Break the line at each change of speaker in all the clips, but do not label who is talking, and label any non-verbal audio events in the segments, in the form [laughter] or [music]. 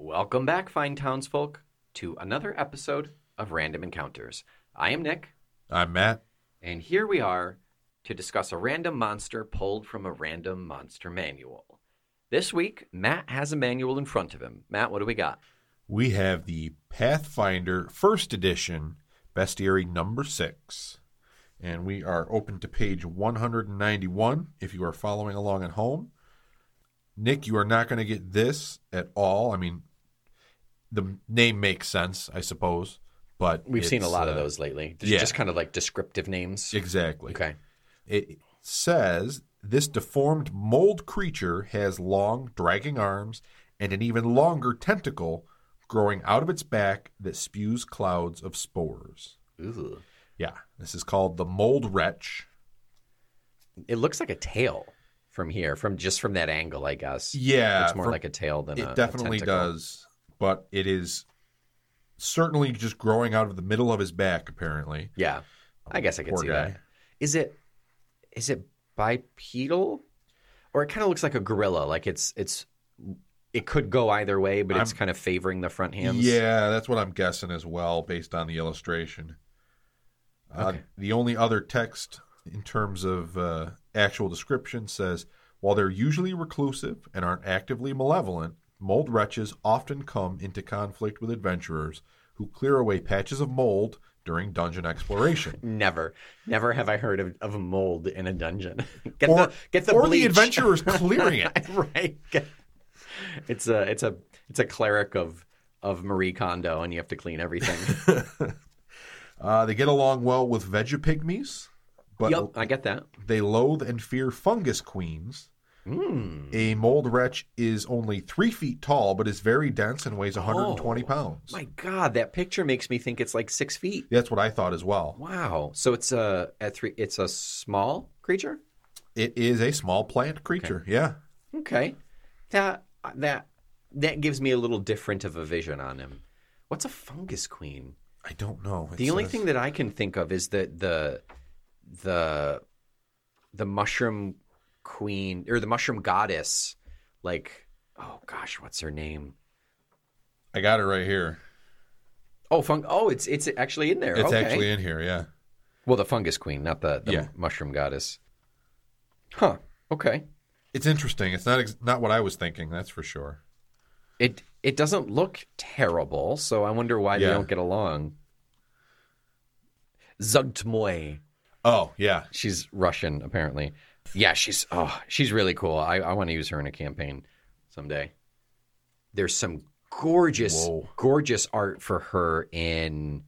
Welcome back, fine townsfolk, to another episode of Random Encounters. I am Nick,
I'm Matt.
and here we are to discuss a random monster pulled from a random monster manual. This week, Matt has a manual in front of him. Matt, what do we got?
We have the Pathfinder First Edition, Bestiary number six. And we are open to page 191 if you are following along at home. Nick, you are not going to get this at all. I mean, the name makes sense, I suppose, but
We've seen a
it's,
lot of
uh,
those lately.
yeah.
Just kind of like descriptive names.
Exactly.
Okay.
It says this deformed mold creature has long, dragging arms and an even longer tentacle growing out of its back that spews clouds of spores.
Ooh.
Yeah, this is called the mold wretch.
It looks like a tail from here, from just from that angle, I guess.
Yeah,
It's more
from-
like a tail than a
it definitely
a tentacle.
does, but it is certainly just growing out of the middle of his back. Apparently,
Yeah, I guess I could
Poor
see
guy.
that. Is it is it bipedal, or it kind of looks like a gorilla? Like it's it's it could go either way, but it's
I'm-
kind of favoring the front hands.
Yeah, that's what I'm guessing as well, based on the illustration. Uh,
Okay.
The only other text in terms of uh, actual description says while they're usually reclusive and aren't actively malevolent, mold wretches often come into conflict with adventurers who clear away patches of mold during dungeon exploration.
Never, never have I heard of, of a mold in a dungeon. [laughs] get
Or-
the get [laughs] the
or
bleach.
the adventurers clearing it.
[laughs] right. Get- It's a it's a it's a cleric of of Marie Kondo, and you have to clean everything.
Uh, they get along well with veggie pygmies, [laughs] but
yep, I get that.
they loathe and fear fungus queens.
Mm.
A mold wretch is only three feet tall, but is very dense and weighs 120
Oh,
pounds.
My God, that picture makes me think it's like six feet.
That's what I thought as well.
Wow. So it's a, a three, it's a small creature.
It is a small plant creature. Yeah.
Okay. That that that gives me a little different of a vision on him. What's a fungus queen?
I don't know. It
The only
says-
thing that I can think of is that the the the mushroom queen or the mushroom goddess like oh gosh, what's her name?
I got it right here.
Oh, fung Oh, it's it's actually in there.
It's
okay.
actually in here. Yeah.
Well, the fungus queen, not the, the
Yeah.
mushroom goddess. Huh. Okay.
It's interesting. It's not ex- not what I was thinking. That's for sure.
It it doesn't look terrible, so I wonder why they
Yeah.
don't get along. Zugtmoy.
Oh yeah.
She's Russian, apparently. Yeah, she's oh, she's really cool. I, I want to use her in a campaign someday. There's some gorgeous,
Whoa.
gorgeous art for her in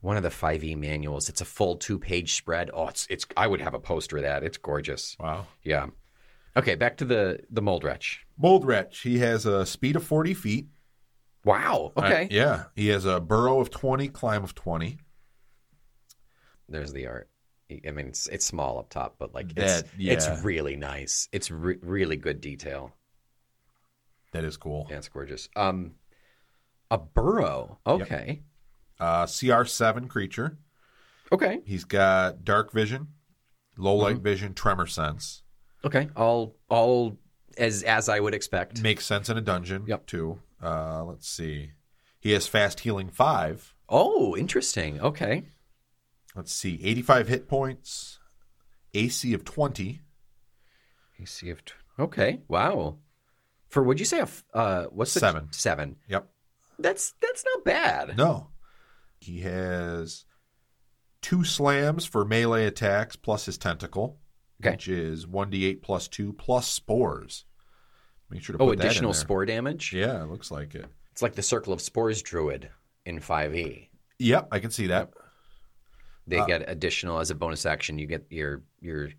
one of the 5e manuals. It's a full two-page spread. Oh, it's it's I would have a poster of that. It's gorgeous.
Wow.
Yeah. Okay, back to the the mold wretch.
Mold wretch. He has a speed of 40 feet.
Wow.
Uh,
Okay.
yeah. He has a burrow of 20, climb of 20.
there's the art. I mean, it's it's small up top, but like it's
That- yeah.
it's really nice. It's re- really good detail.
That is cool.
Yeah, it's gorgeous. Um, a burrow. Okay,
Uh, CR7 creature.
okay,
He's got dark vision, low
Mm-hmm.
light vision, tremor sense.
okay. All all as as I would expect.
Makes sense in a dungeon.
Yep.
Too. Uh, let's see. He has fast healing five.
Oh, interesting. Okay,
Let's see. Eighty-five hit points. AC of twenty.
you see if okay. Wow. For would you say a f- uh what's the
Seven.
seven?
Yep.
That's that's not bad.
No. He has two slams for melee attacks plus his tentacle,
Okay.
which is one d eight plus two plus spores. Make sure to
Oh,
put that in
additional
there.
spore damage.
Yeah, it looks like it.
It's like the circle of spores druid in five e.
Yep, I can see that.
they
Uh,
get additional as a bonus action. You get your your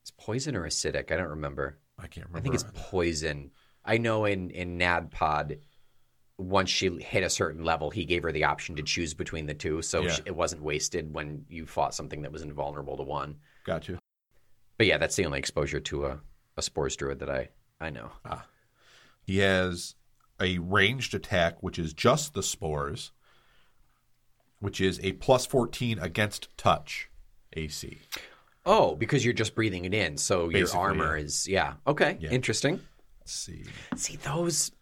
it's poison or acidic. I don't remember.
I can't remember.
I think it's poison. I know in in NADPOD, once she hit a certain level, he gave her the option to choose between the two, so
Yeah.
sh it wasn't wasted when you fought something that was invulnerable to one.
got you.
But yeah, that's the only exposure to a a spores druid that I I know.
He has a ranged attack, which is just the spores, which is a plus 14 against touch AC.
Oh, because you're just breathing it in, so
Basically,
your armor
yeah.
is yeah. Okay,
Yeah.
interesting.
Let's see.
See those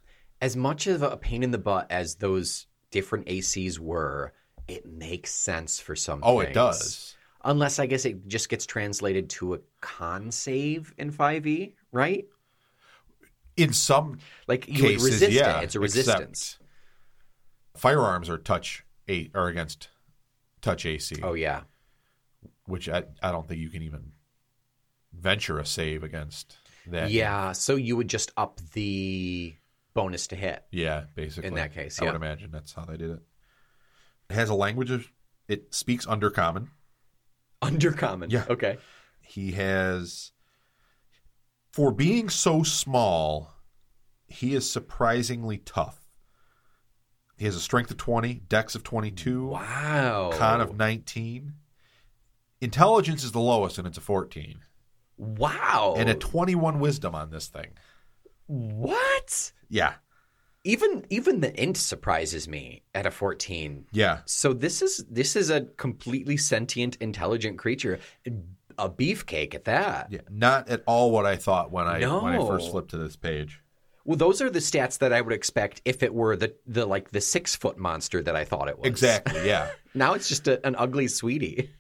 as much of a pain in the butt as those different ACs were, it makes sense for some
Oh, it
things.
does.
Unless I guess it just gets translated to a con save in 5e, right?
In some
Like you
cases,
would resist
yeah.
it. It's a
except
resistance.
Firearms are touch a or against touch AC,
Oh yeah.
which I, I don't think you can even venture a save against that.
Yeah, so you would just up the bonus to hit. [laughs]
Yeah, basically.
that case,
I would
yeah.
imagine that's how they did it. It has a language of it speaks under common.
Under common.
Yeah.
Okay.
He has for being so small, he is surprisingly tough. He has a strength of 20, dex of 22,
Wow.
con of 19. Intelligence is the lowest and it's a 14.
Wow.
And a 21 wisdom on this thing.
what?
Yeah.
Even even the int surprises me at a 14.
Yeah.
So this is this is a completely sentient, intelligent creature, a beefcake at that.
Yeah. Not at all what I thought when I when I
No.
first flipped to this page.
Well, those are the stats that I would expect if it were the the like the six foot monster that I thought it was.
Exactly, yeah.
Now it's just a, an ugly sweetie.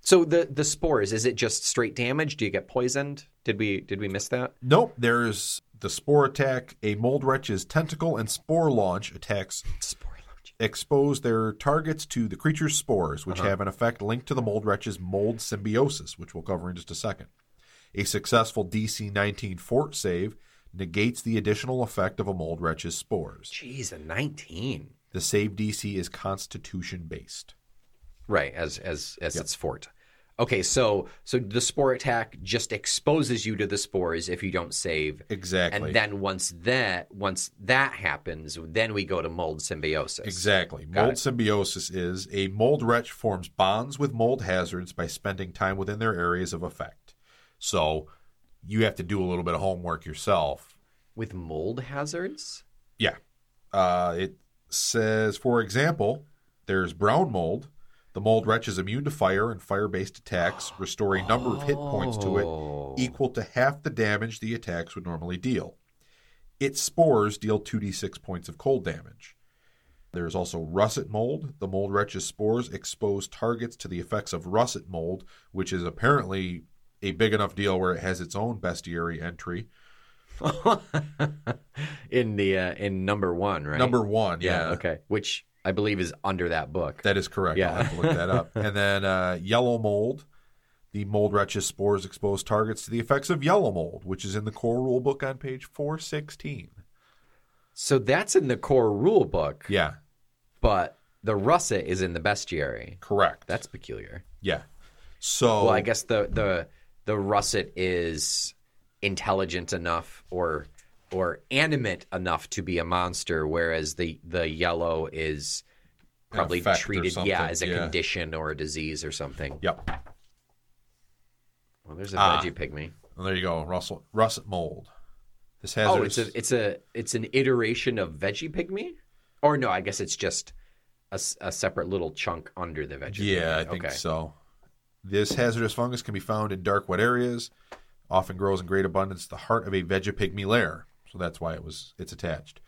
so the the spores is it just straight damage? Do you get poisoned? Did we did we miss that?
Nope, there's the spore attack. A mold wretch's tentacle and spore launch attacks
Spore allergy.
expose their targets to the creature's spores, which have an effect linked to the mold wretch's mold symbiosis, which we'll cover in just a second. A successful DC 19 fort save negates the additional effect of a mold wretch's spores.
Jeez, a nineteen.
The save DC is constitution based.
Right, as as as its fort. Okay, so so the spore attack just exposes you to the spores if you don't save.
Exactly.
And then once that once that happens, then we go to mold symbiosis.
Exactly.
Got
mold
it.
symbiosis is a mold wretch forms bonds with mold hazards by spending time within their areas of effect. So you have to do a little bit of homework yourself.
With mold hazards?
Yeah. Uh, it says, for example, there's brown mold. The mold wretch is immune to fire and fire based attacks, restore a number of hit points to it
Oh.
equal to half the damage the attacks would normally deal. Its spores deal 2d6 points of cold damage. There is also russet mold. The mold wretch's spores expose targets to the effects of russet mold, which is apparently a big enough deal where it has its own bestiary entry.
[laughs] in the uh, in number one, right?
Number one,
yeah,
yeah.
okay. Which I believe is under that book.
That is correct. I'll
Yeah.
have to look that up. and then uh, yellow mold. The mold wretch's spores expose targets to the effects of yellow mold, which is in the core rulebook on page 416.
so that's in the core rule book,
Yeah,
but the russet is in the bestiary.
correct.
That's peculiar.
Yeah. So
Well, I guess the the the russet is intelligent enough or or animate enough to be a monster, whereas the the yellow is probably
effect or
treated
something,
yeah as a
yeah.
condition or a disease or something.
Yep.
Well, there's a
Ah.
veggie pygmy.
Well, there you go, Russell russet mold. This hazard.
Oh, it's a it's a it's an iteration of veggie pygmy, or no? I guess it's just a, s- a separate little chunk under the veggie.
yeah, I
pygmy.
think
okay.
so. This hazardous fungus can be found in dark, wet areas. Often grows in great abundance at the heart of a vegapygmy lair, so that's why it was it's attached.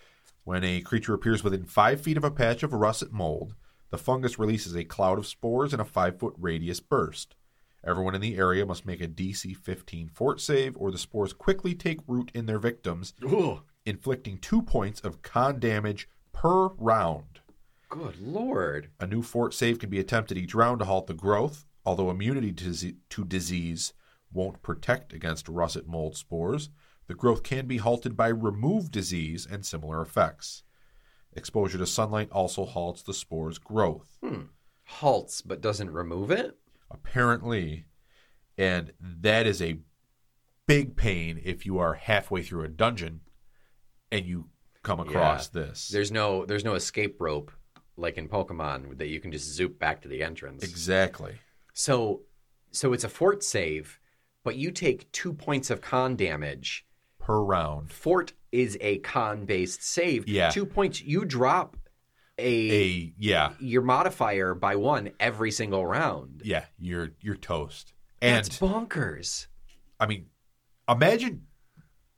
When a creature appears within five feet of a patch of russet mold, the fungus releases a cloud of spores in a five foot radius burst. Everyone in the area must make a DC 15 fort save, or the spores quickly take root in their victims inflicting two points of con damage per round.
Good lord.
A new fort save can be attempted each round to halt the growth, although immunity to dise- to disease won't protect against russet mold spores. The growth can be halted by remove disease and similar effects. Exposure to sunlight also halts the spore's growth,
Halts but doesn't remove it.
apparently, and that is a big pain if you are halfway through a dungeon and you come across this.
There's no there's no escape rope like in Pokemon that you can just zoop back to the entrance.
exactly.
so so it's a fort save, but you take two points of con damage.
per round
Fort is a con based save.
Yeah.
Two points. You drop a,
a yeah
your modifier by one every single round.
yeah you're you're toast and
That's bonkers.
i mean Imagine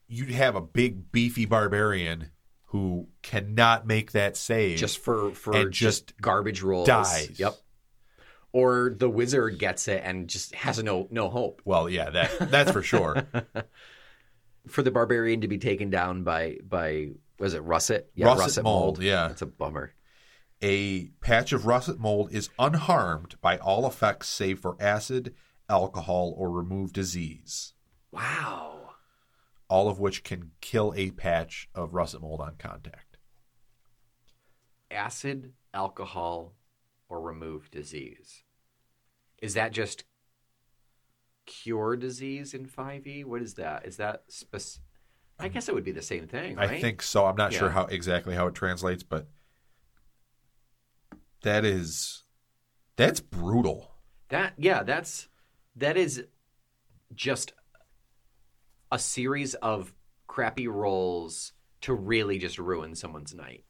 you'd have a big beefy barbarian who cannot make that save.
just for for
And
just,
just
garbage rolls.
dies.
Yep. Or the wizard gets it and just has no no hope
well, yeah, that that's for sure.
for the barbarian to be taken down by by was it russet? Yeah,
Russet
russet,
mold,
mold.
yeah.
that's a bummer.
A patch of russet mold is unharmed by all effects save for acid, alcohol, or remove disease,
Wow.
all of which can kill a patch of russet mold on contact.
Acid, alcohol, or remove disease. Is that just cure disease in 5e? What is that? Is that spec- I guess it would be the same thing, right?
I think so. I'm not sure
Yeah.
how exactly how it translates, but that is that's brutal.
That yeah, that's that is just a series of crappy rolls to really just ruin someone's night.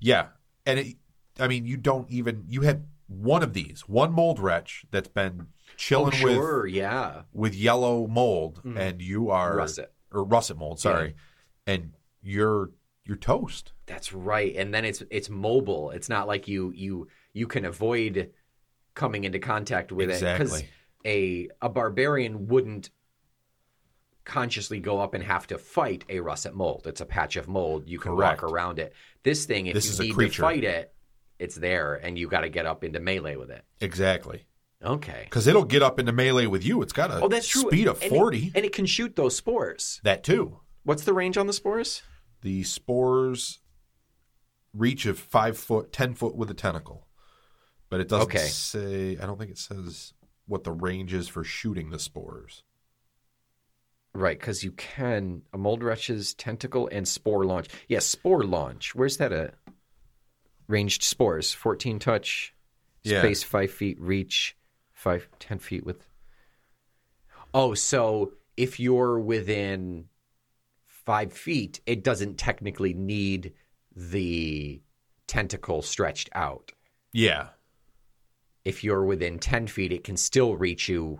Yeah. And it, I mean, you don't even, you had one of these, one mold wretch that's been chilling
Oh, sure, yeah.
with, with yellow mold
Mhm.
and you are,
Russet.
or russet mold, sorry. And you're, you're toast.
That's right. And then it's it's mobile. It's not like you you you can avoid coming into contact with
Exactly.
it because a a barbarian wouldn't consciously go up and have to fight a russet mold. It's a patch of mold. You can
Correct.
walk around it. This thing, if
This is a
you need to
creature.
fight it, it's there, and you got to get up into melee with it.
Exactly.
Okay.
Cause it'll get up into melee with you. It's got a
Oh, that's true.
speed of
And it-
40.
and it can shoot those spores.
that too.
What's the range on the spores?
The spores reach of five foot, 10 foot with a tentacle. But it doesn't
Okay.
say, I don't think it says what the range is for shooting the spores.
Right, because you can a mold wretch's tentacle and spore launch. Yes, spore launch. Where's that at? Ranged spores, fourteen touch,
Yeah.
space five feet, reach five ten feet with. Oh, so if you're within five feet, it doesn't technically need the tentacle stretched out.
Yeah.
if you're within 10 feet, it can still reach you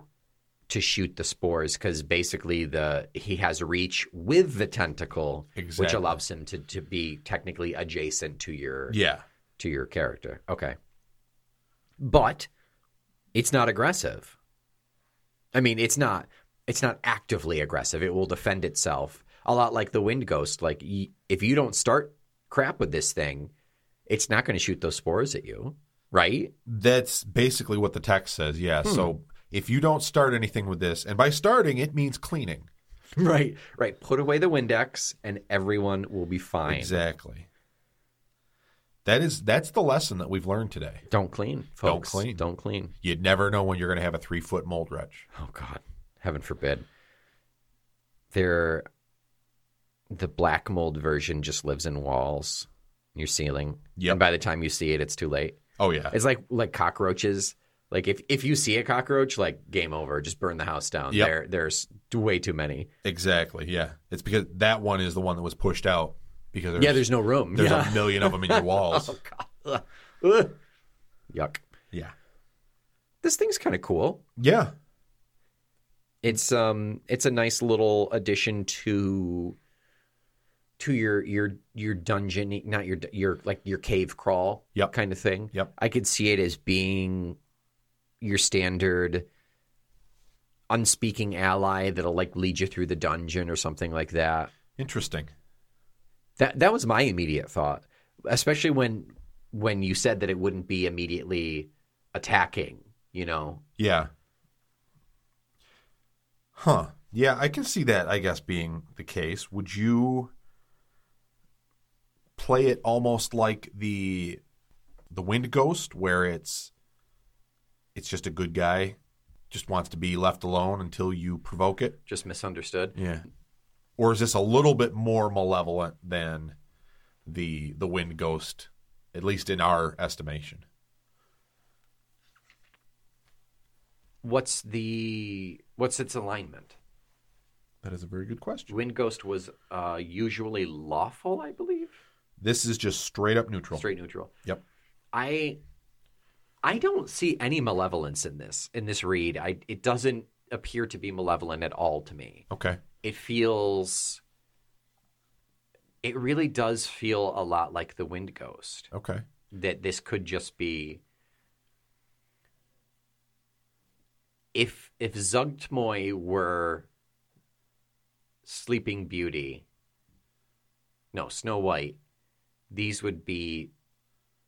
to shoot the spores because basically the he has reach with the tentacle, which
Exactly.
allows him to, to be technically adjacent to your
Yeah.
to your character. Okay, but it's not aggressive. I mean, it's not it's not actively aggressive. It will defend itself a lot like the wind ghost. Like y- if you don't start crap with this thing, it's not going to shoot those spores at you, right?
That's basically what the text says. Yeah. So if you don't start anything with this, and by starting, it means cleaning. [laughs]
Right, right. Put away the Windex, and everyone will be fine.
Exactly. That is that's the lesson that we've learned today.
Don't clean, folks.
clean.
Don't clean.
You never know when you're going to have a three foot mold wretch.
Oh God, heaven forbid. There, the black mold version just lives in walls, your ceiling.
Yep.
And by the time you see it, it's too late.
Oh yeah,
It's like like cockroaches. Like if if you see a cockroach, like game over. Just burn the house down.
Yep.
There, there's way too many.
exactly. Yeah, it's because that one is the one that was pushed out because there's,
yeah, there's no room. [laughs]
there's
yeah.
a million of them in
[laughs]
your walls.
Ugh. Yuck.
yeah,
This thing's kind of cool.
yeah,
it's um it's a nice little addition to to your your your dungeon not your your like your cave crawl
Yep.
kind of thing
Yep.
i could see it as being your standard unspeaking ally that'll like lead you through the dungeon or something like that
interesting.
that that was my immediate thought especially when when you said that it wouldn't be immediately attacking you know
Yeah. Huh. Yeah, I can see that, I guess, being the case. Would you play it almost like the the Wind Ghost where it's it's just a good guy, just wants to be left alone until you provoke it?
just misunderstood
Yeah. Or is this a little bit more malevolent than the the Wind Ghost, at least in our estimation?
what's the what's its alignment
That is a very good question.
Wind Ghost was uh, usually lawful, I believe.
This is just straight up neutral.
Straight neutral.
Yep.
I I don't see any malevolence in this in this read. I it doesn't appear to be malevolent at all to me.
Okay.
it feels it really does feel a lot like the wind ghost
Okay.
that this could just be if if Zugtmoy were Sleeping Beauty, no Snow White, these would be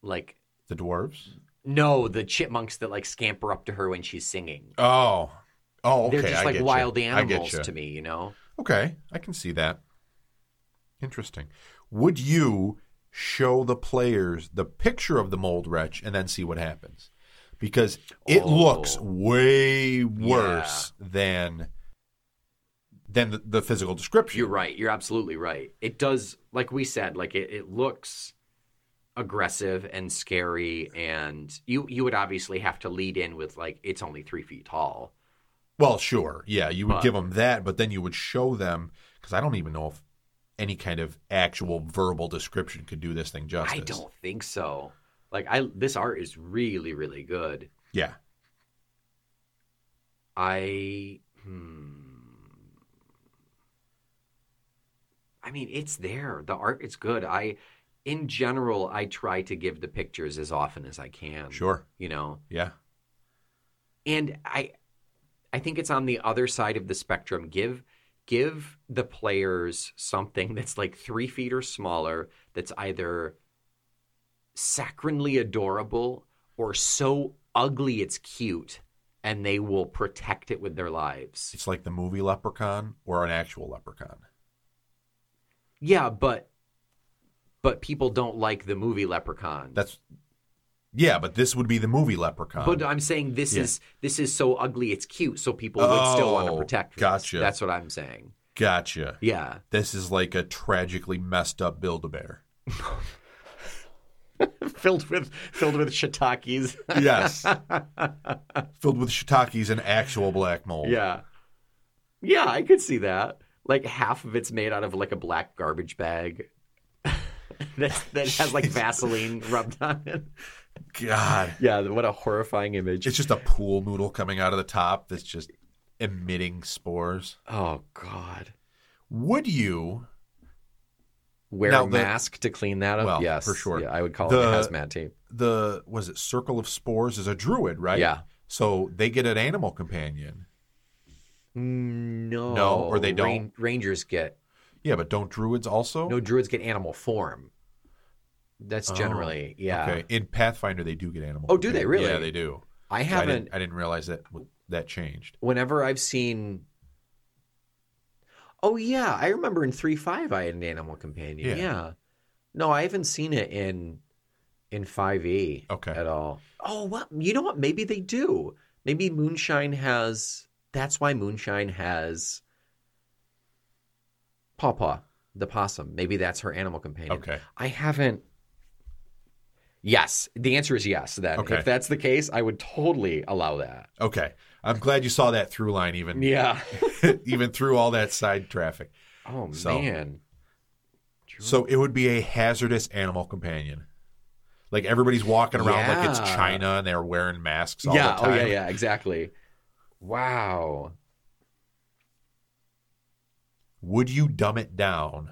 like
The dwarves.
no the chipmunks that like scamper up to her when she's singing.
Oh. Oh, okay.
They're just
I
like
get
wild
you. I get
animals
you.
to me, you know.
Okay, I can see that. Interesting. Would you show the players the picture of the mold wretch and then see what happens? Because it
Oh.
looks way worse than than the, the physical description.
You're right. You're absolutely right. It does, like we said, like it, it looks aggressive and scary, and you you would obviously have to lead in with like it's only three feet tall.
Well, sure. Yeah, you would
But-
give them that, but then you would show them because I don't even know if any kind of actual verbal description could do this thing justice.
I don't think so. Like I, this art is really really good.
Yeah.
I, hmm. I mean, it's there. The art is good. I, in general, I try to give the pictures as often as I can.
Sure.
You know,
Yeah.
and i i think it's on the other side of the spectrum give give the players something [laughs] that's like three feet or smaller that's either saccharinely adorable or so ugly it's cute and they will protect it with their lives
It's like the movie Leprechaun or an actual leprechaun.
yeah but but people don't like the movie leprechaun
That's yeah, but this would be the movie Leprechaun.
but I'm saying this
yeah.
is this is so ugly it's cute, so people would still want to
Oh,
protect. this.
gotcha.
That's what I'm saying.
gotcha.
Yeah.
This is like a tragically messed up Build a Bear.
filled with filled with shiitakes.
Yes, [laughs] filled with shiitakes and actual black mold.
yeah, yeah, I could see that. Like half of it's made out of like a black garbage bag [laughs] that that has like Vaseline rubbed on it.
God,
Yeah, what a horrifying image.
it's just a pool noodle coming out of the top that's just emitting spores.
oh God.
Would you?
Wear
Now
a
the-
mask to clean that up.
Well,
yes,
for sure.
Yeah, I would call it
The-
a hazmat team.
The was it Circle of Spores is a druid, right?
Yeah.
So they get an animal companion.
No,
No, or they don't?
rangers get
Yeah, but don't druids also?
no druids get animal form. That's
Oh,
generally yeah.
Okay. In Pathfinder, they do get animal.
Oh, do they
companion. Yeah,
really?
they do.
I
I
haven't.
didn't, I didn't realize that that changed.
whenever I've seen. Oh yeah, I remember in three five I had an animal companion.
Yeah.
Yeah. No, I haven't seen it in in five E
Okay.
at all. Oh well, you know what? Maybe they do. Maybe Moonshine has. That's why Moonshine has. Pawpaw, the possum. Maybe that's her animal companion.
Okay.
I haven't. Yes, the answer is yes. Then,
Okay.
if that's the case, I would totally allow that.
Okay. I'm glad you saw that through line even
Yeah.
[laughs] even through all that side traffic.
Oh
So-
man.
So it would be a hazardous animal companion. Like everybody's walking around like it's
Yeah.
China and they're wearing masks all
yeah,
the time.
oh yeah, yeah, exactly. Wow.
Would you dumb it down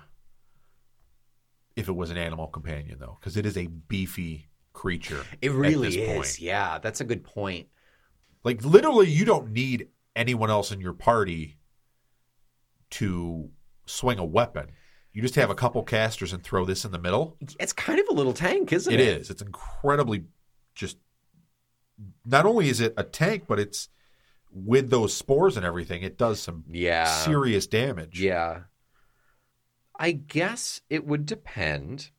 if it was an animal companion though? Because it is a beefy creature.
It really
this
is.
point.
Yeah, that's a good point.
Like literally you don't need anyone else in your party to swing a weapon. You just have a couple casters and throw this in the middle.
It's kind of a little tank, isn't it?
It is. It's incredibly just. Not only is it a tank, but it's with those spores and everything. It does some
Yeah.
serious damage.
Yeah. I guess it would depend.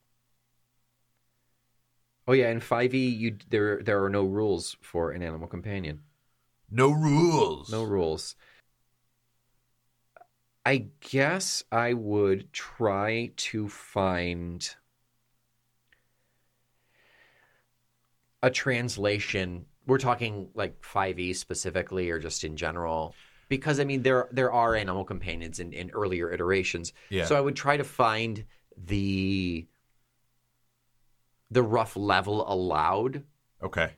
Oh yeah, in 5e you there there are no rules for an animal companion.
No rules.
No rules. I guess I would try to find a translation. We're talking like 5e specifically or just in general because I mean there there are animal companions in, in earlier iterations.
Yeah.
So I would try to find the the rough level allowed
okay.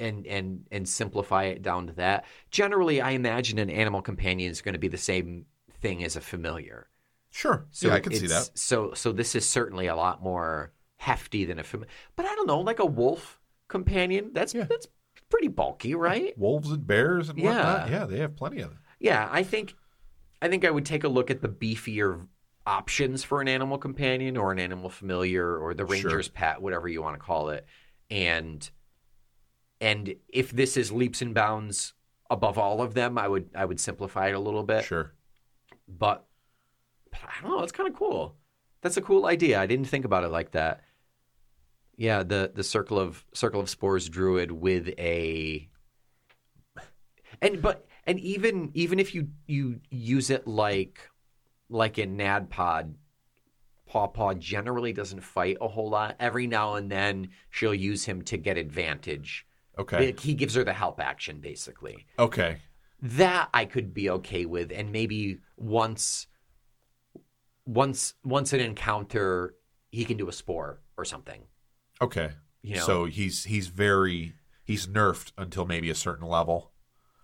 and and and simplify it down to that. Generally, I imagine an animal companion is going to be the same thing is a familiar.
Sure. yeah, I can see
it's-
that.
So so this is certainly a lot more hefty than a familiar. But I don't know, like a wolf companion. That's
Yeah.
that's pretty bulky, right?
Wolves and bears and whatnot.
Yeah.
Yeah, they have plenty of them.
Yeah, I think I think I would take a look at the beefier options for an animal companion or an animal familiar or the
Sure.
ranger's pet, whatever you want to call it. And and if this is leaps and bounds above all of them, I would I would simplify it a little bit.
Sure.
But, but I don't know, it's kind of cool. That's a cool idea. I didn't think about it like that. Yeah, the the circle of circle of spores druid with a and but and even even if you you use it like like a nad pod pawpaw generally doesn't fight a whole lot every now and then she'll use him to get advantage
Okay.
Like, he gives her the help action basically
Okay.
that I could be okay with, and maybe once, once, once an encounter, he can do a spore or something.
Okay.
You know?
So he's he's very he's nerfed until maybe a certain level.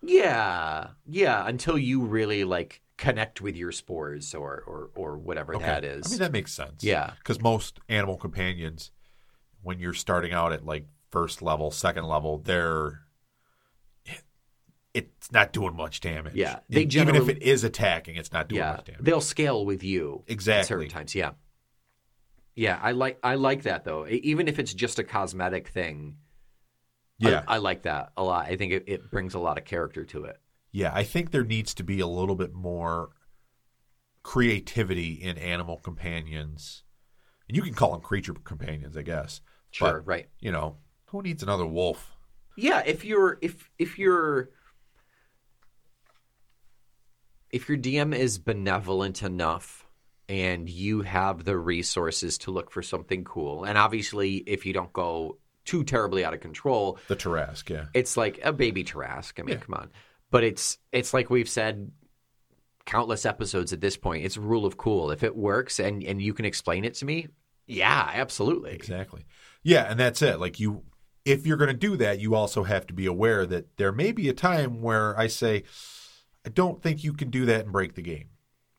Yeah, yeah. Until you really like connect with your spores or or or whatever
Okay.
that is.
I mean that makes sense.
Yeah.
Because most animal companions, when you're starting out at like first level, second level, they're it's not doing much damage. E-,
Yeah, they
even if
generally-
it is attacking, it's not doing
yeah,
much damage.
they'll scale with you at
Exactly.
certain times. Yeah, yeah. I like I like that though. E- Even if it's just a cosmetic thing. I-
Yeah.
I, like that a lot. I think it, it brings a lot of character to it.
Yeah, I think there needs to be a little bit more creativity in animal companions. And you can call them creature companions, I guess.
Sure, right.
But, you know, who needs another wolf?
yeah if you're if if you're if your dm is benevolent enough and you have the resources to look for something cool and obviously if you don't go too terribly out of control
The Tarask, yeah.
it's like a baby Tarask. I mean,
Yeah.
come on. But it's it's like we've said countless episodes at this point. It's rule of cool. If it works and and you can explain it to me, yeah, absolutely.
Exactly. Yeah, and that's it. Like you if you're going to do that, you also have to be aware that there may be a time where I say I don't think you can do that and break the game.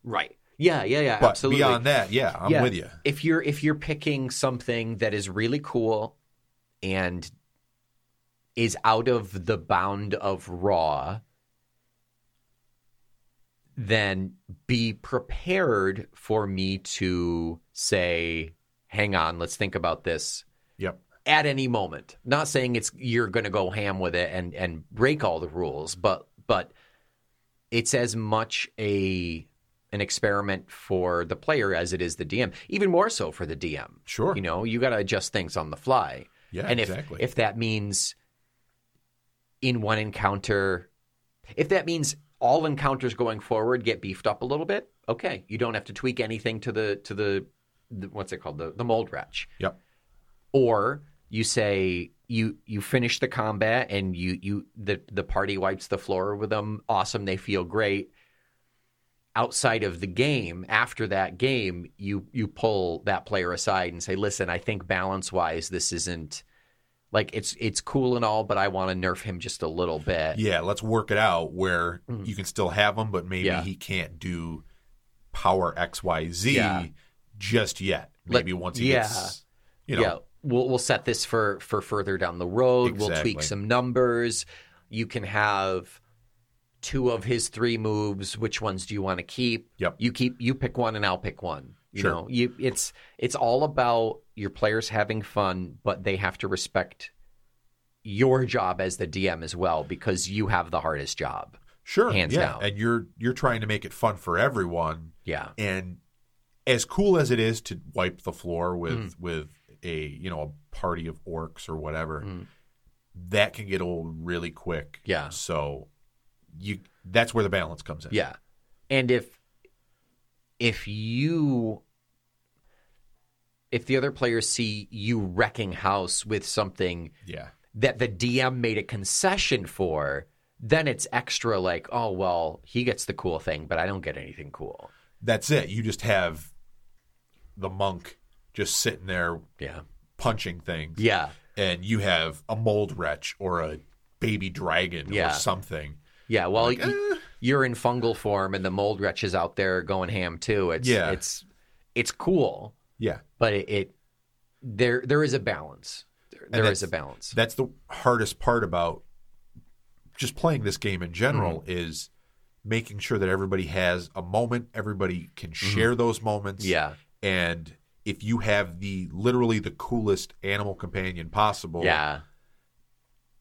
Right. Yeah, yeah, yeah.
But
absolutely.
beyond that, yeah, I'm
Yeah.
with you.
if you're if you're picking something that is really cool and is out of the bound of raw then be prepared for me to say hang on let's think about this
Yep.
at any moment not saying it's you're going to go ham with it and and break all the rules but but it's as much a an experiment for the player as it is the DM even more so for the DM
Sure.
you know, you got to adjust things on the fly.
Yeah,
and if
exactly.
if that means in one encounter, if that means all encounters going forward get beefed up a little bit, okay, you don't have to tweak anything to the to the, the what's it called the the mold wretch.
Yep.
Or you say you you finish the combat and you you the the party wipes the floor with them. Awesome, they feel great outside of the game after that game you you pull that player aside and say listen i think balance wise this isn't like it's it's cool and all but i want to nerf him just a little bit
yeah, let's work it out where
Mhm.
you can still have him, but maybe
Yeah.
he can't do power X Y Z
Yeah.
just yet.
Like,
Maybe once he
yeah.
gets, you know,
yeah we'll we'll set this for for further down the road we'll tweak
Exactly.
some numbers you can have two of his three moves which ones do you want to keep
Yep.
you keep you pick one and i'll pick one you
Sure.
know you it's it's all about your players having fun but they have to respect your job as the dm as well because you have the hardest job
sure,
hands
yeah,
down.
and you're you're trying to make it fun for everyone,
yeah
and as cool as it is to wipe the floor with
Hmm.
with a you know a party of orcs or whatever,
Mm.
that can get old really quick.
Yeah.
so you that's where the balance comes in.
Yeah. And if if you if the other players see you wrecking house with something
yeah,
that the DM made a concession for, then it's extra like, oh well, he gets the cool thing, but I don't get anything cool.
that's it. You just have the monk just sitting there
Yeah.
punching things,
Yeah.
and you have a mold wretch or a baby dragon
Yeah.
or something.
Yeah. Well, y-
Eh,
you're in fungal form and the mold wretches out there are going ham too. It's
Yeah.
it's it's cool,
Yeah.
but it, it there there is a balance. There, there is
that's-
a balance.
That's the hardest part about just playing this game in general
Mm-hmm.
is making sure that everybody has a moment, everybody can share those moments.
Mm-hmm. Yeah.
And if you have the literally the coolest animal companion possible,
Yeah.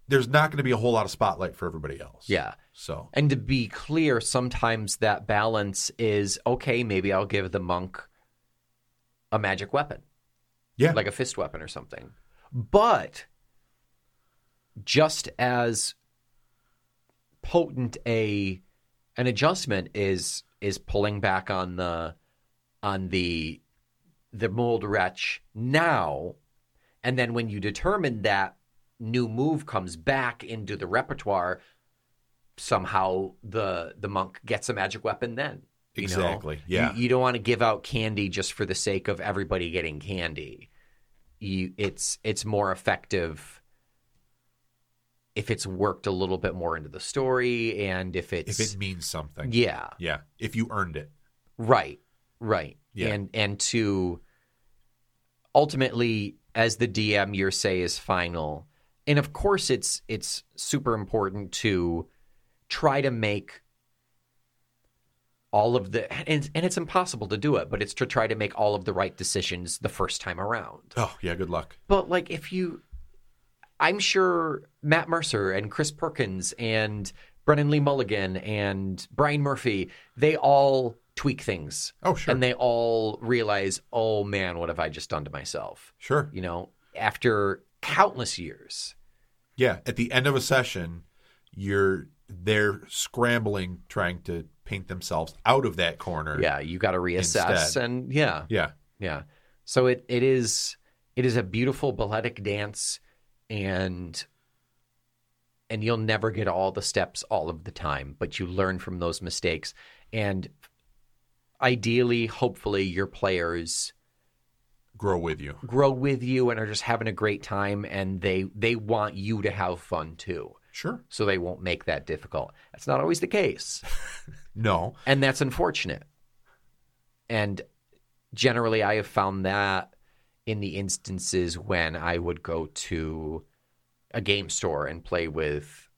there's not going to be a whole lot of spotlight for everybody else.
Yeah.
So,
And to be clear, sometimes that balance is okay, maybe I'll give the monk a magic weapon.
yeah.
like a fist weapon or something. But just as potent a an adjustment is is pulling back on the on the the mold wretch now and then when you determine that new move comes back into the repertoire somehow the the monk gets a magic weapon then you know?
Exactly,
You-
yeah.
you, don't want to give out candy just for the sake of everybody getting candy you it's it's more effective if it's worked a little bit more into the story and if
if
it's
it means something.
yeah
Yeah. If you earned it.
Right. Right.
Yeah.
And and to ultimately as the DM your say is final. And of course it's it's super important to try to make all of the and and it's impossible to do it, but it's to try to make all of the right decisions the first time around.
Oh, yeah. Good luck.
But like if you I'm sure Matt Mercer and Chris Perkins and Brennan Lee Mulligan and Brian Murphy, they all tweak things.
Oh, sure.
And they all realize, oh man, what have I just done to myself?
Sure.
You know, after countless years.
Yeah. At the end of a session, you're they're scrambling trying to paint themselves out of that corner.
Yeah, you got to reassess
Instead.
and yeah,
Yeah.
yeah. So it it is it is a beautiful balletic dance and and you'll never get all the steps all of the time, but you learn from those mistakes and ideally, hopefully your players
Grow with you.
grow with you and are just having a great time and they they want you to have fun too.
Sure.
so they won't make that difficult. That's not always the case,
No.
and that's unfortunate. And generally, I have found that in the instances when I would go to a game store and play with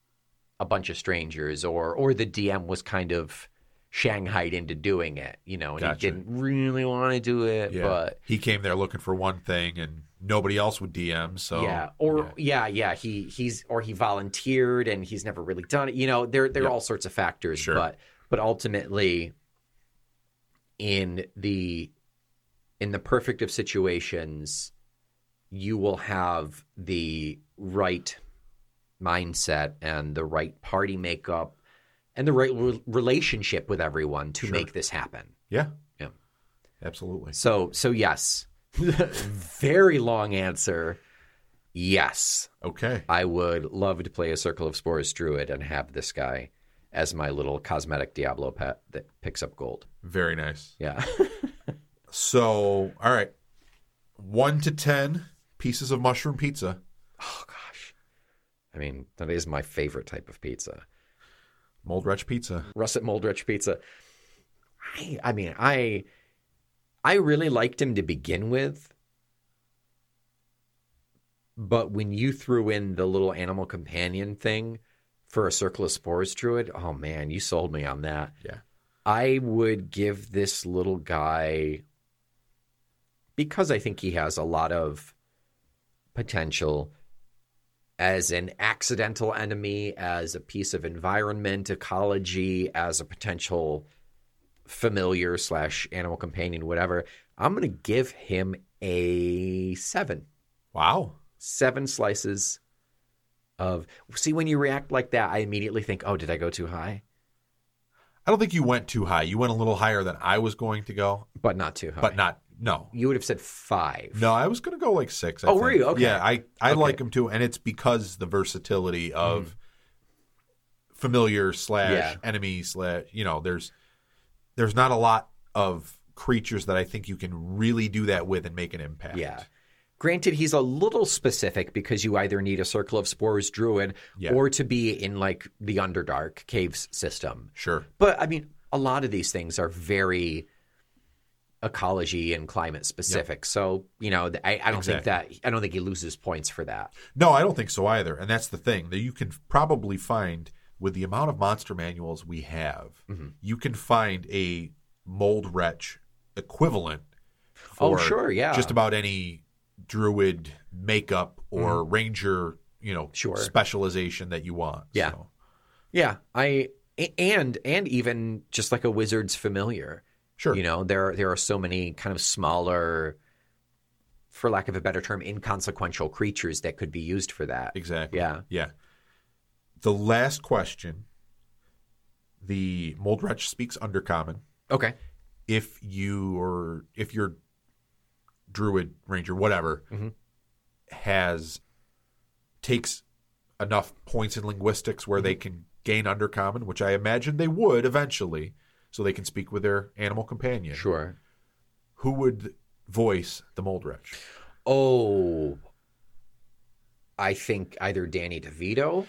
a bunch of strangers, or or the DM was kind of shanghaied into doing it, you know, and
Gotcha.
he didn't really want to do it,
Yeah.
but
he came there looking for one thing and nobody else would DM, so
yeah, or yeah. yeah, he he's or he volunteered and he's never really done it. You know, there there are
Yeah.
all sorts of factors,
Sure.
but but ultimately, in the in the perfect of situations, you will have the right mindset and the right party makeup and the right re- relationship with everyone to
Sure.
make this happen.
Yeah.
Yeah.
Absolutely.
So so yes, [laughs] very long answer. Yes.
Okay.
I would love to play a Circle of Spores druid and have this guy as my little cosmetic Diablo pet that picks up gold.
Very nice.
Yeah.
So, all right. 1 to 10 pieces of mushroom pizza.
oh gosh. I mean, that is my favorite type of pizza.
Mold Wretch pizza.
Russet Moldrich pizza. I, I mean, I I really liked him to begin with. But when you threw in the little animal companion thing for a Circle of Spores druid, oh man, you sold me on that.
Yeah.
I would give this little guy because I think he has a lot of potential as an accidental enemy, as a piece of environment ecology, as a potential familiar slash animal companion, whatever. I'm gonna give him a seven
Wow.
seven slices of see when you react like that i immediately think oh did i go too high
I don't think you went too high. You went a little higher than I was going to go,
but not too high
but not no.
you would have said five
No, I was going to go like six. I
Oh, were
think.
you? Okay.
Yeah, I, I
Okay.
like him too, and it's because the versatility of familiar slash
Mm-hmm. Yeah.
enemy slash. You know, there's there's not a lot of creatures that I think you can really do that with and make an impact.
Yeah. Granted, he's a little specific because you either need a Circle of Spores druid
Yeah.
or to be in like the Underdark caves system.
Sure.
But I mean, a lot of these things are very ecology and climate specific. So you know, th- I, I don't think that I don't think he loses points for that.
No, I don't think so either. And that's the thing that you can probably find with the amount of monster manuals we have.
Mm-hmm.
You can find a mold wretch equivalent.
Oh,
For
sure, yeah.
Just about any druid makeup or ranger, you know,
Mm-hmm. Sure.
specialization that you want.
Yeah.
So,
Yeah, I a- and and even just like a wizard's familiar.
sure.
You know, there there are so many kind of smaller, for lack of a better term, inconsequential creatures that could be used for that.
Exactly.
Yeah.
Yeah. The last question. The mold wretch speaks undercommon.
Okay.
if you or if your druid ranger whatever
Mhm.
has takes enough points in linguistics where they can gain undercommon which i imagine they would eventually so they can speak with their animal companion
Sure.
who would voice the mold wretch
Oh, I think either Danny DeVito.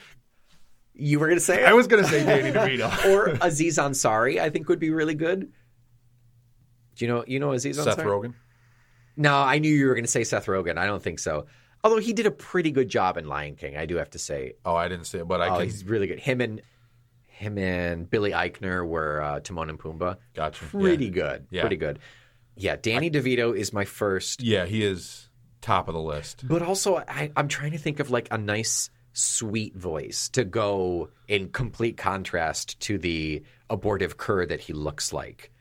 You were gonna say
i was going to say [laughs] danny devito
or Aziz Ansari, I think would be really good. Do you know you know Aziz Ansari?
seth rogen
No, I knew you were going to say Seth Rogen. I don't think so. Although he did a pretty good job in Lion King, I do have to say.
oh i didn't say it but i
Oh,
can
he's really good. Him and him and Billy Eichner were uh, Timon and Pumbaa.
gotcha
Pretty
yeah.
good.
Yeah.
Pretty good. Yeah, Danny DeVito is my first,
yeah he is top of the list
but also I, I'm trying to think of like a nice, sweet voice to go in complete contrast to the abortive cur that he looks like.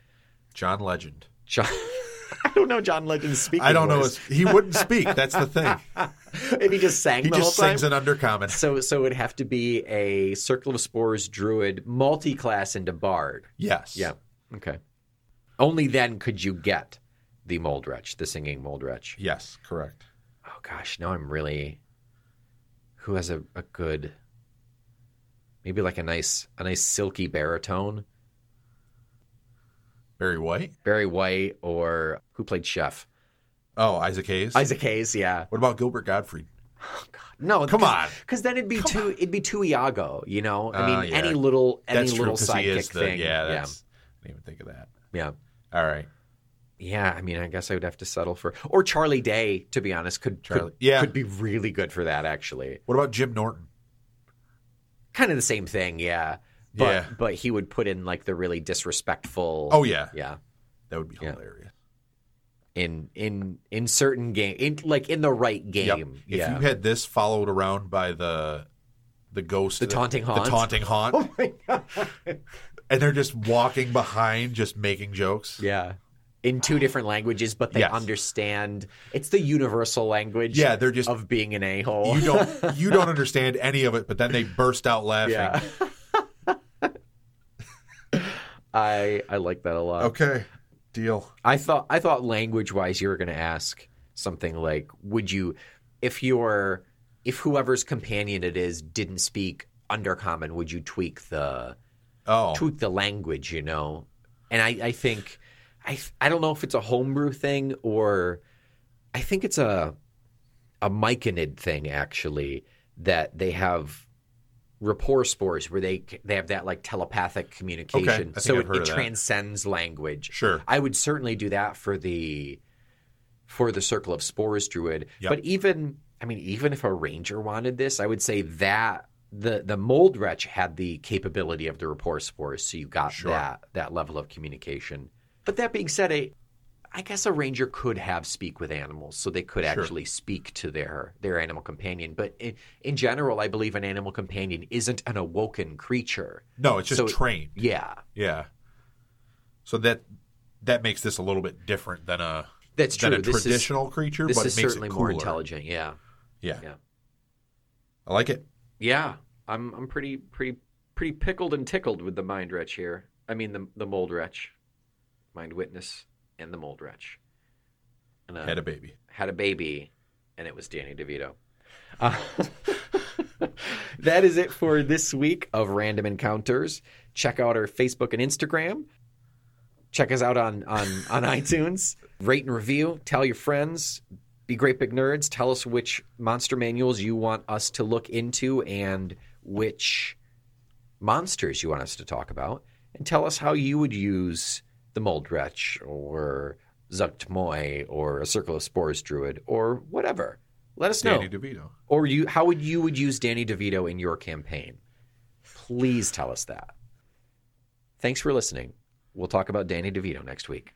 john legend
John, [laughs] I don't know John Legend's speaking.
i don't know
voice.
his- he wouldn't speak that's the thing
[laughs] if he just sang
he
the
just
whole
sings
time.
an undercommon
So, so it'd have to be a Circle of Spores druid multi-class into bard.
yes
Yeah. Okay. Only then could you get the mold wretch, the singing mold wretch.
Yes, correct.
Oh gosh, now I'm really. Who has a, a good? Maybe like a nice a nice silky baritone,
Barry White.
Barry White, or who played Chef
Oh, Isaac Hayes.
Isaac Hayes. Yeah.
What about Gilbert Godfrey?
No,
Come on.
because then it'd be too it'd be too Iago. You know, I
Uh,
mean,
yeah.
any little any
that's
little
true. 'cause
sidekick
he is the
thing.
yeah. That's, I didn't even think of that.
yeah. yeah.
All right,
Yeah, I mean, I guess I would have to settle for or Charlie Day. To be honest, could
Charlie.
could,
Yeah.
could be really good for that. Actually,
What about Jim Norton?
kind of the same thing. Yeah, but
Yeah.
but he would put in like the really disrespectful.
Oh yeah,
yeah.
that would be
Yeah.
hilarious.
In in in certain game, in like in the right
Yep.
game.
If
Yeah.
you had this followed around by the the ghost,
The taunting haunt.
the taunting haunt,
[laughs] oh my god.
and they're just walking behind, just making jokes.
Yeah. In two different languages, but they
Yes.
understand. It's the universal language.
Yeah, they're just
Of being an a hole. [laughs]
you don't you don't understand any of it, but then they burst out laughing.
Yeah. [laughs] I I like that a lot.
Okay, deal.
I thought I thought language wise you were going to ask something like would you if your if whoever's companion it is didn't speak undercommon would you tweak the
Oh,
tweak the language you know and I, I think I I don't know if it's a homebrew thing or I think it's a a myconid thing actually that they have rapport spores where they they have that like telepathic communication
think
so
I've
it,
heard
it
of that.
transcends language
sure.
I would certainly do that for the for the Circle of Spores druid.
Yep.
But even I mean, even if a ranger wanted this, I would say that the the mold wretch had the capability of the rapport spores, so you got
Sure.
that that level of communication. But that being said, a I guess a ranger could have speak with animals, so they could
Sure.
actually speak to their their animal companion. But in, in general, I believe an animal companion isn't an awoken creature.
No, it's just
So-
trained.
Yeah,
Yeah. So that that makes this a little bit different than a
that's true.
than a
This is-
traditional creature,
this
but
is
it makes
certainly
it cooler.
more intelligent. Yeah,
Yeah.
Yeah.
I like it.
yeah. I'm I'm pretty pretty pretty pickled and tickled with the mind wretch here. I mean the the mold wretch, mind witness, and the mold wretch. And I
Had
had a,
a baby.
baby, and it was Danny DeVito. Uh, [laughs] that is it for this week of Random Encounters. Check out our Facebook and Instagram. Check us out on on on iTunes. Rate and review. Tell your friends. Be great big nerds. Tell us which monster manuals you want us to look into and which monsters you want us to talk about. And tell us how you would use the Mold Wretch or Zuktmoy or a Circle of Spores Druid or whatever. Let us know.
Danny DeVito.
Or you how would you would use Danny DeVito in your campaign? Please tell us that. Thanks for listening. We'll talk about Danny DeVito next week.